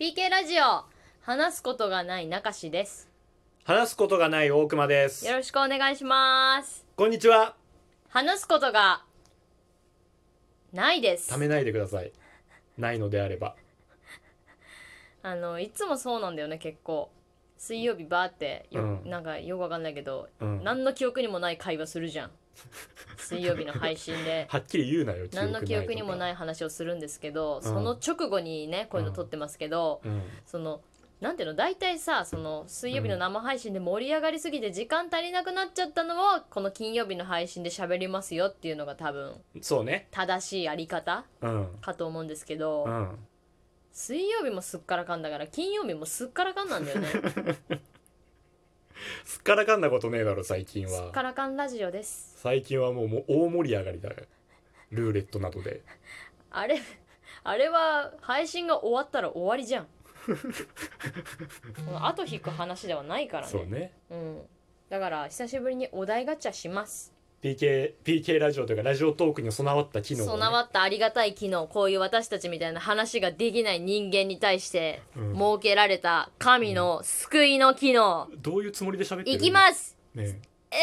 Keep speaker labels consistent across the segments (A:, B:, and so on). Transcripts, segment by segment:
A: PK ラジオ話すことがない中志です
B: 話すことがない大熊です
A: よろしくお願いします
B: こんにちは
A: 話すことがないです
B: ためないでくださいないのであれば
A: あのいつもそうなんだよね結構水曜日バーってよ、
B: うん
A: なんかよくわかんないけど、
B: うん
A: 何の記憶にもない会話するじゃ ん水曜日の配信で
B: はっきり言うなよ、
A: 何の記憶にもないい話をするんですけど、その直後にねこういうの撮ってますけど、
B: うん、
A: そのなんていうの大体さその水曜日の生配信で盛り上がりすぎて時間足りなくなっちゃったのをこの金曜日の配信で喋りますよっていうのが多分
B: そうね
A: 正しいあり方
B: うん
A: かと思うんですけ
B: う
A: ど
B: ん
A: 水曜日もすっからかんだ から金曜日もすっからかんなんだよね
B: すっからかんだことねえだろ最近
A: すっ
B: は
A: からかんラジオです
B: 最近はもうもう大盛り上がりだよルーレットなどで
A: あれあれは配信が終わったら終わり じゃんこの後引く話ではないからね
B: そうね
A: うん、だから久しぶりにお題ガチャします
B: PK, PK ラジオというかラジオトークに備わった機能をね、
A: 備わったありがたい機能こういう私たちみたいな話ができない人間に対して
B: うん
A: 設けられた神の救いの機能、
B: どういうつもりで喋ってる、
A: いきますす
B: ね
A: え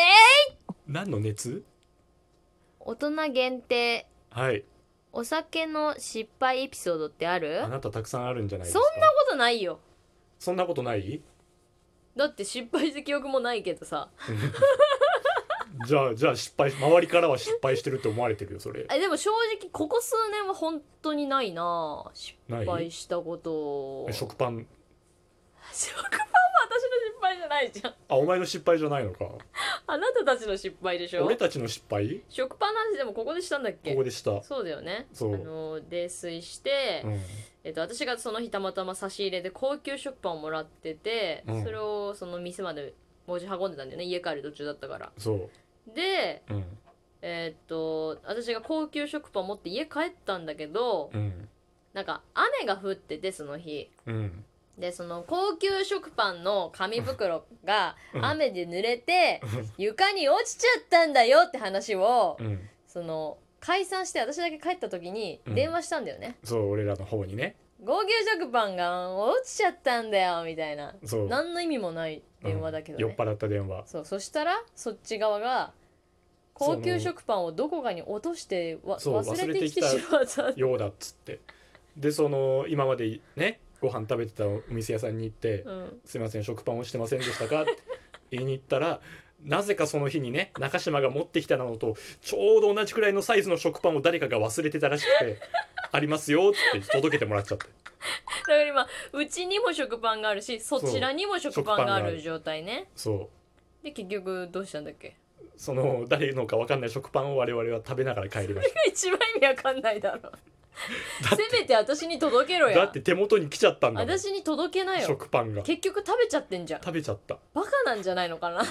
A: ー、
B: 何の熱
A: 大人限定
B: はい
A: お酒の失敗エピソードってある
B: あなたたくさんあるんじゃないです
A: そん
B: か
A: なことないよ
B: そんなことない
A: だって失敗した記憶もないけどさ
B: じゃあじゃあ失敗周りからは失敗してるって思われてるよそれ
A: えでも正直ここ数年は本当にないな失
B: ない
A: 敗したこと
B: え
A: 食
B: 食パ
A: パン
B: ン
A: は私の失敗じゃないじゃん
B: あお前の失敗じゃないのか
A: あなたたちの失敗でしょ
B: 俺たちの失敗
A: 食パンの話でもここでしたんだっけ
B: ここでした、うん、
A: そうだよね
B: そう
A: あの泥酔して、えっと、私がその日たまたま差し入れで高級食パンをもらってて、
B: うん
A: それをその店まで持ち運んでたんだよね家帰る途中だったから
B: そ
A: で
B: ううん
A: えっと私が高級食パンを持って家帰ったんだけど、
B: うん
A: なんか雨が降っててその日
B: うん
A: でその高級食パンの紙袋が
B: うん
A: 雨で濡れて床に落ちちゃったんだよって話を
B: うん
A: その解散して私だけ帰った時に
B: うん
A: 電話したんだよね、
B: そう俺らの方にね
A: 高級食パンが落ちちゃったんだよみたいな
B: そう
A: 何の意味もない電話だけどね、
B: うん酔っ払った電話
A: そうそしたらそっち側が高級
B: その
A: 食パンをどこかに落としてわ
B: そう
A: 忘れてきて
B: 忘れて
A: し
B: き
A: まった
B: ようだっつってでその今までねご飯食べてたお店屋さんに行って「
A: うん、
B: すいません食パン落ちてませんでしたか?」って 言いに行ったらなぜかその日にね中島が持ってきたのとちょうど同じくらいのサイズの食パンを誰かが忘れてたらし くて「ありますよ」って届けてもらっちゃって
A: だから今うちにも食パンがあるしそちらにも食パンがある状態ね
B: そう
A: で結局どうしたんだっけ
B: その誰のか分かんない食パンを我々は食べながら帰りまし
A: 一番意味わかんないだろ
B: だ
A: せめて私に届けろ
B: ただ
A: や
B: って手元に来ちゃったんだもん
A: 私に届けなよ
B: 食パンが
A: 結局食べちゃってんじゃん
B: 食べちゃった
A: バカなんじゃないのかな う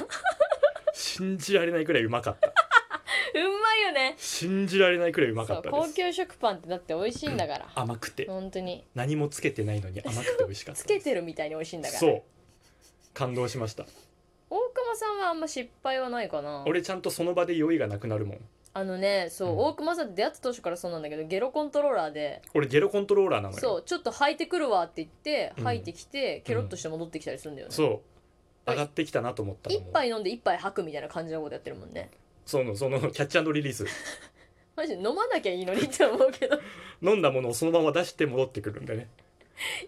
B: 信じられないくらいうまかった
A: まいよね
B: 信じられないくらいうま
A: そ
B: か
A: う
B: ったで
A: 高
B: す
A: 級食パンってだって美味しいんだから、
B: 甘くて
A: 本当に
B: 何もつけてないのに甘くて美味しかった
A: つけてるみたいに美味しいんだから
B: そう感動しました
A: 大熊さんはあんま失敗はないかな
B: 俺ちゃんとその場で酔いがなくなるもん
A: あのねそう、
B: うん
A: 大熊さんって出会った当初からそうなんだけどゲロコントローラーで
B: 俺ゲロコントローラーなのよ
A: そうちょっと吐いてくるわって言って
B: うん
A: 吐いてきて、ケロッとして戻ってきたりするんだよね、
B: そう上がってきたなと思ったの
A: 一
B: も
A: 杯飲んで一杯吐くみたいな感じのことやってるもんね
B: そのそのキャッチリリ ース
A: マジで飲まなきゃいいのにって思うけど
B: 飲んだものをそのまま出して戻ってくるんでね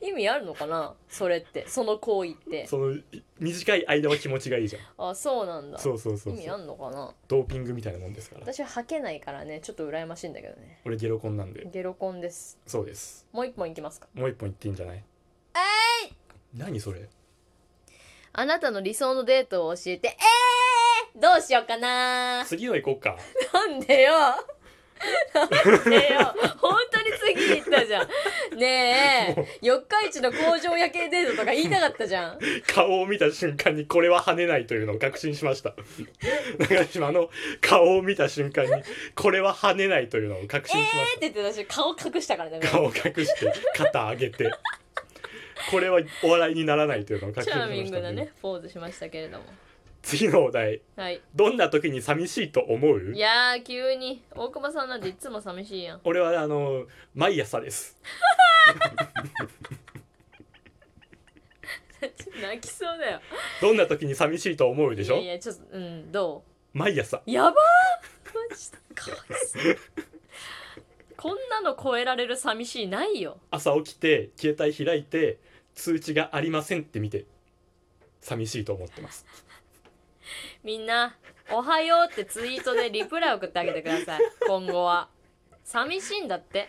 A: 意味あるのかなそれってその行為って
B: そのい短い間は気持ちがいいじゃん
A: あそうなんだ
B: そうそうそう
A: 意
B: そ
A: 味あ
B: うん
A: のかな
B: ドーピングみたいなもんですから
A: 私は吐けないからねちょっと羨ましいんだけどね
B: 俺ゲロコンなんで
A: ゲロコンです
B: そうです
A: もう一本いきますか
B: もう一本いっていいんじゃない
A: え
B: 何それ
A: あなたの理想のデートを教えてえー、どうしようかな
B: 次の行こうか
A: なんでよなんでよ本当に次に行ったじゃんね
B: もう
A: え四日市の工場夜景デートとか言いたかったじゃん
B: 顔を見た瞬間にこれは跳ねないというのを確信しました 中島の顔を見た瞬間にこれは跳ねないというのを確信しま
A: って言って私顔隠したからね
B: した、顔を隠して肩上げてこれはお笑いにならないというのを確
A: チ
B: 信し
A: ャ
B: ま
A: ーミン
B: し
A: グ
B: た
A: なねポーズしましたけれども
B: 次のお題
A: はい
B: どんな時に寂しいと思う
A: いやー急に大久保さんなんてい つも寂しいやん
B: 俺はあの毎朝です
A: 泣きそうだよ
B: どんな時に寂しいと思うでしょ
A: いやいやちょっとうんど
B: 毎朝
A: うやばーマジでかわいそうこんなの超えられる寂しいないよ
B: 朝起きて携帯開いて通知がありませんって見て寂しいと思ってます
A: みんな「おはよう」ってツイートでリプライ送ってあげてください今後は寂しいんだって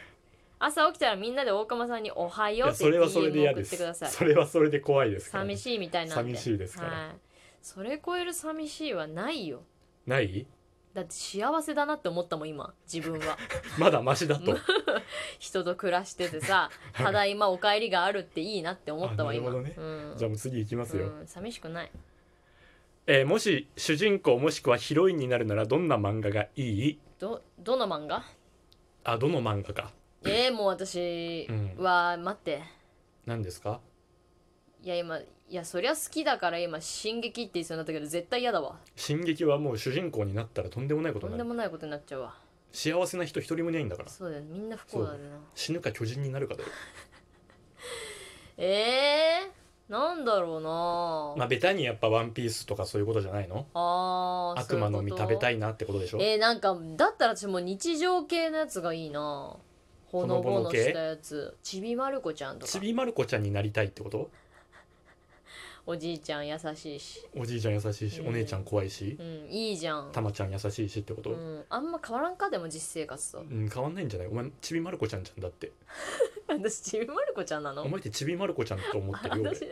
A: 朝起きたらみんなで大熊さんに「おはいよう」
B: や
A: って
B: それはそれで
A: DM
B: 嫌
A: 送
B: で
A: っ
B: す
A: てください
B: それはそれで怖いですからね、
A: 寂しいみたいなんで
B: 寂しいですから
A: はい、それ超える寂しいはないよ
B: ない
A: だって幸せだなって思ったもん今自分 は
B: まだマシだと
A: 人と暮らしててさ「ただいまお帰りがある」っていいなって思ったわ
B: あなる
A: 今
B: ほどね
A: うん、
B: じゃあもう次いきますよ、
A: うん、寂しくない
B: えーもし主人公もしくはヒロインになるならどんな漫画がいい
A: どどの漫画
B: あどの漫画か
A: えー、もう私
B: うん
A: は、待って
B: 何ですか
A: いや今いやそりゃ好きだから今「進撃」って言いそうになったけど絶対嫌だわ
B: 進撃はもう主人公になったらとんでもないこ
A: と
B: とに
A: ん
B: な
A: で
B: る
A: もないことになっちゃうわ
B: 幸せな人一人もいないんだから
A: そうだよみんな不幸だよな
B: 死ぬか巨人になるかだよ
A: えー、なんだろうな、
B: まあベタにやっぱ「ワンピースとかそういうことじゃないの
A: あー
B: 悪魔の実食べた
A: い
B: いなってことでしょ
A: えー、なんかだったら私もう日常系のやつがいいなほのぼ
B: ほ
A: の
B: のぼの系
A: したやつちびまる子ちゃんとか
B: ちびまる子ちゃんになりたいってこと
A: おじいちゃん優しいし
B: おじいちゃん優しいし、
A: うん
B: お姉ちゃん怖いし
A: うんいいじゃん
B: たまちゃん優しいしってこと、
A: う
B: うん
A: ん、あんま変わらんかでも実生活と
B: 変わんないんじゃないお前ちびまる子ちゃんじゃんだって
A: 私ちびまる子ちゃんなの
B: お前ってちびまる子ちゃんと思ってるよ
A: 私 っ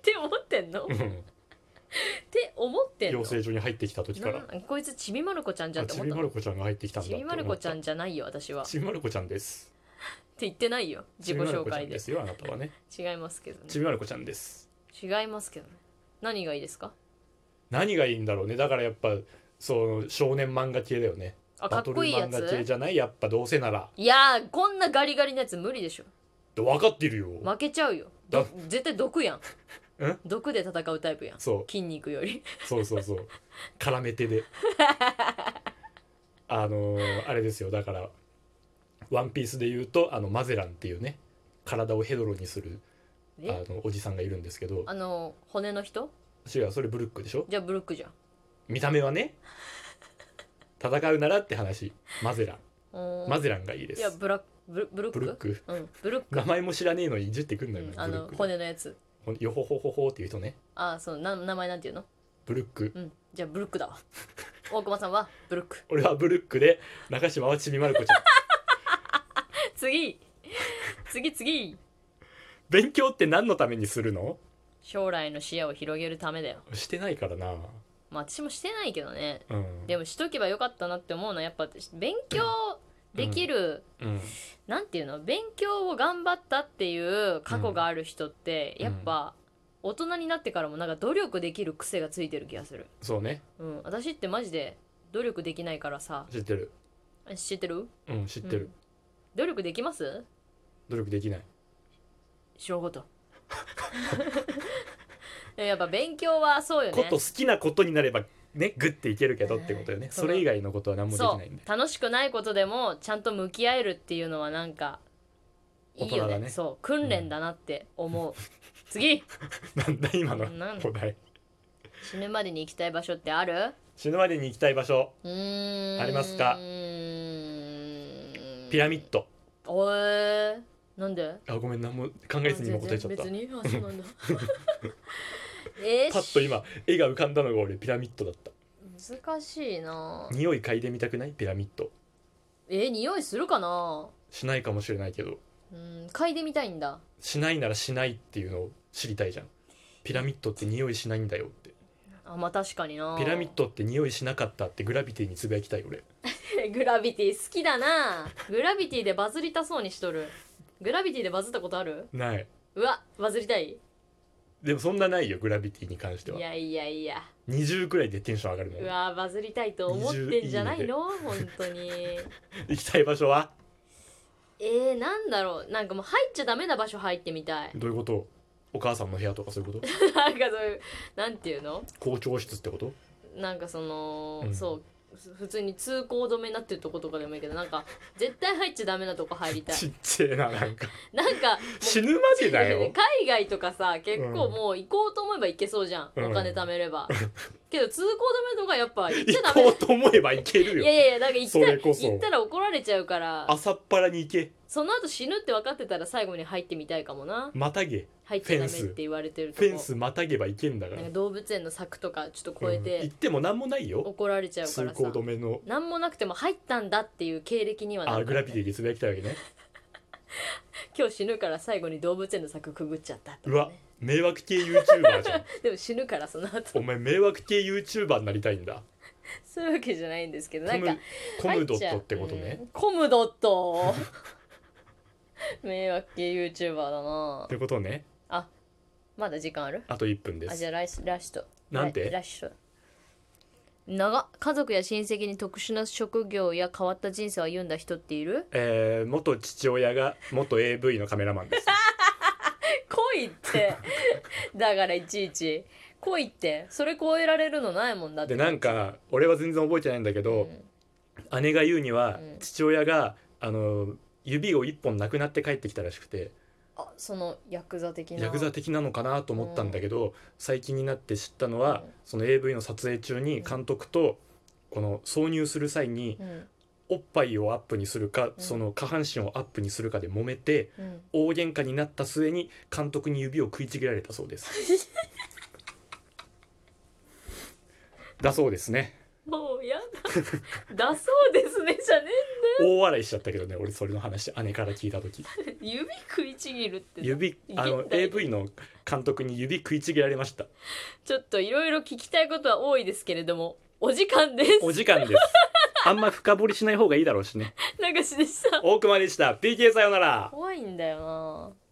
A: て思ってんのっ
B: 俺うん
A: て思ってんの
B: 養成所に入ってきた時から
A: なんこいつちびまる子ちゃんじゃん
B: あ
A: って
B: ち
A: 思っ
B: び
A: た
B: ま
A: の
B: る子ちゃんが入ってきたんだっ
A: ち
B: て
A: び
B: 思
A: まる
B: っ
A: 子ち
B: た
A: ゃんじゃないよ私はっ
B: ちびまる子ちゃんです
A: て言ってないよ自己紹介で
B: ちびまる子ちゃんですよあなたはね
A: 違いますけど
B: ち
A: ね
B: びまる子ちゃんです
A: 違いますけどね何がいいですか
B: 何がいいんだろうねだからやっぱその少年漫画系だよね
A: あか
B: バ
A: っ
B: トル
A: こいいや
B: 漫画系
A: つ
B: じゃないやっぱどうせなら
A: いやーこんなガリガリのやつ無理でしょ
B: 分かってるよ、
A: 負けちゃうよど
B: だ
A: 絶対毒 やん
B: ん
A: 毒で戦うタイプやん
B: そう
A: 筋肉より
B: そうそ うそう絡めてであのーあれですよだから「ワンピースで言うとあのマゼランっていうね体をヘドロにするあ
A: え
B: のおじさんがいるんですけど
A: あの骨の人
B: 違うそれブルックでしょ
A: じゃあブルックじゃん
B: 見た目 はね戦うならって話マゼラン
A: うーん
B: マゼランがいいで
A: いや
B: す
A: ブラックブルブルック
B: ブルック
A: うんブルック
B: 名前も知らねえのにいじってくんなよ、
A: うんあの
B: ブルッ
A: 骨のやつ
B: クよほほほほっていう人ね
A: ああそうな名前なんていうの
B: ブルック
A: うんじゃあブルック だわ大熊さんはブルック
B: 俺はブルックで中島はちびまる子ちゃん
A: 次次次
B: 勉強って何のためにするの
A: 将来の視野を広げるためだよ
B: してないからな
A: まあ私もしてないけどね
B: うん
A: でもしとけばよかったなって思うのはやっぱ勉強できる、
B: うん
A: なんていうの勉強を頑張ったっていう過去がある人って、
B: うん
A: やっぱ大人になってからもなんか努力できる癖がついてる気がする
B: そうね
A: うん私ってマジで努力できないからさ
B: 知ってる
A: 知ってる
B: うん知ってる、
A: うん努力できます
B: 努力できない
A: 知らんことで もやっぱ勉強はそうよね
B: こと好きなことになればねグッていけるけどってことよね、
A: うん
B: それ以外のことは何もでき
A: そ
B: ないんで
A: う楽しくないことでもちゃんと向き合えるっていうのはなんかいいよ
B: 大人
A: ね
B: だね
A: そう訓練だなって思う、次
B: なんだ今の
A: なん
B: お題
A: 死ぬまでに行きたい場所って ある
B: 死ぬまでに行きたい場所
A: うーん
B: ありますか
A: うーん
B: ピラミッド
A: おえー、なんで
B: あごめん何も考えずに今答えちゃった
A: 全 然別にあそうなんだえー、
B: パッと今絵が浮かんだのが俺ピラミッドだった
A: 難しいな
B: 匂い嗅いでみたくないピラミッド
A: えー、匂いするかな
B: しないかもしれないけど
A: うん嗅いでみたいんだ
B: しないならしないっていうのを知りたいじゃんピラミッドって匂いしないんだよって
A: あまあ確かにな
B: ピラミッドって匂いしなかったってグラビティにつぶやきたい俺
A: グラビティ好きだなグラビティでバズりたそうにしとるグラビティでバズったことある
B: ない。
A: うわバズりたい
B: でもそんなないよグラビティに関して
A: い
B: は。
A: やいやいや
B: 20くらいでテンション上がる
A: う
B: の。
A: わバズりたいと思ってんじゃないの本当に
B: 行きたい場所は
A: えー、なんだろうなんかもう入っちゃダメな場所入ってみたい
B: どういうことお母さんの部屋とかそういうこと
A: なんかそういうなんていうの
B: 校長室ってこと
A: なんかその、
B: うん
A: そう普通に通行止めになってるとことかでもいいけどなんか絶対入っちゃダメなとこ入りたい
B: ちっちゃいななんか
A: なんか
B: 死ぬまでだよ
A: 海外とかさ結構もう行こうと思えば行けそうじゃん、
B: うん
A: お金貯めれ ばけど通行止めとかやっぱ行っちゃダ
B: 行
A: メ
B: こうと思えば行ける
A: いや
B: よ
A: いやいやなんか行った
B: それこそ
A: 行ったら怒られちゃうから
B: 朝っぱらに行け
A: その後死ぬって分かってたら最後に入ってみたいかもな
B: またげ
A: 入っちゃダメって言われてると
B: フ
A: こ
B: ェンスまたげば行けんだか
A: な
B: ら
A: んか動物園の柵とかちょっと
B: うん
A: 越えて
B: 行っても何もないよ
A: 怒られちゃうか
B: 通
A: ら
B: 行
A: さ
B: 止めの
A: 何もなくても入ったんだっていう経歴にはな
B: あ
A: る
B: グ
A: から
B: ラビティでつぶやきたいわけね
A: 今日死ぬから最後に動物園の柵くぐっちゃったとか、
B: う
A: ね、
B: わ迷惑系 YouTuber じゃん
A: でも死ぬからその後
B: お前迷惑系 YouTuber になりたいんだ
A: そういうわけじゃないんですけどな
B: コ
A: んか
B: ムコムドットってことね
A: うんコムドッ ト迷惑系 YouTuber だな
B: ってことね
A: まだ時間ある
B: あと1分で
A: あじ
B: す
A: ゃあラスラスト
B: なんて
A: ララスト長っ家族や親戚に特殊な職業や変わった人生を歩んだ人っている
B: えー、元父親が元 AV のカメラマ ンです
A: 恋って だからいちいち恋ってそれ超えられるのないもんだって
B: でなんか俺は全然覚えてないんだけど、姉が言うには、
A: うん
B: 父親があの指を一本なくなって帰ってきたらしくて
A: あそのヤクザ的な
B: ヤクザ的なのかなと思ったんだけど、最近になって知ったのは、
A: うん
B: その AV の撮影中に監督とこの挿入する際に
A: うん
B: おっぱいをアップにするか、
A: ん
B: その下半身をアップにするかで揉めて
A: うん
B: 大喧嘩になった末に監督に指を食いちぎられたそうですだそうですね
A: もうや だだそうですねじゃね
B: 大笑いしちゃったけどね俺それの話姉から聞いた時
A: え指食いちぎるって
B: 指あの
A: 現代
B: AV の監督に指食いちぎられました
A: ちょっといろいろ聞きたいことは多いですけれどもお時間です
B: お時間ですあんま深掘りしない方がいいだろうしね
A: 流しでした
B: 大熊でした PK さようなら
A: 怖いんだよな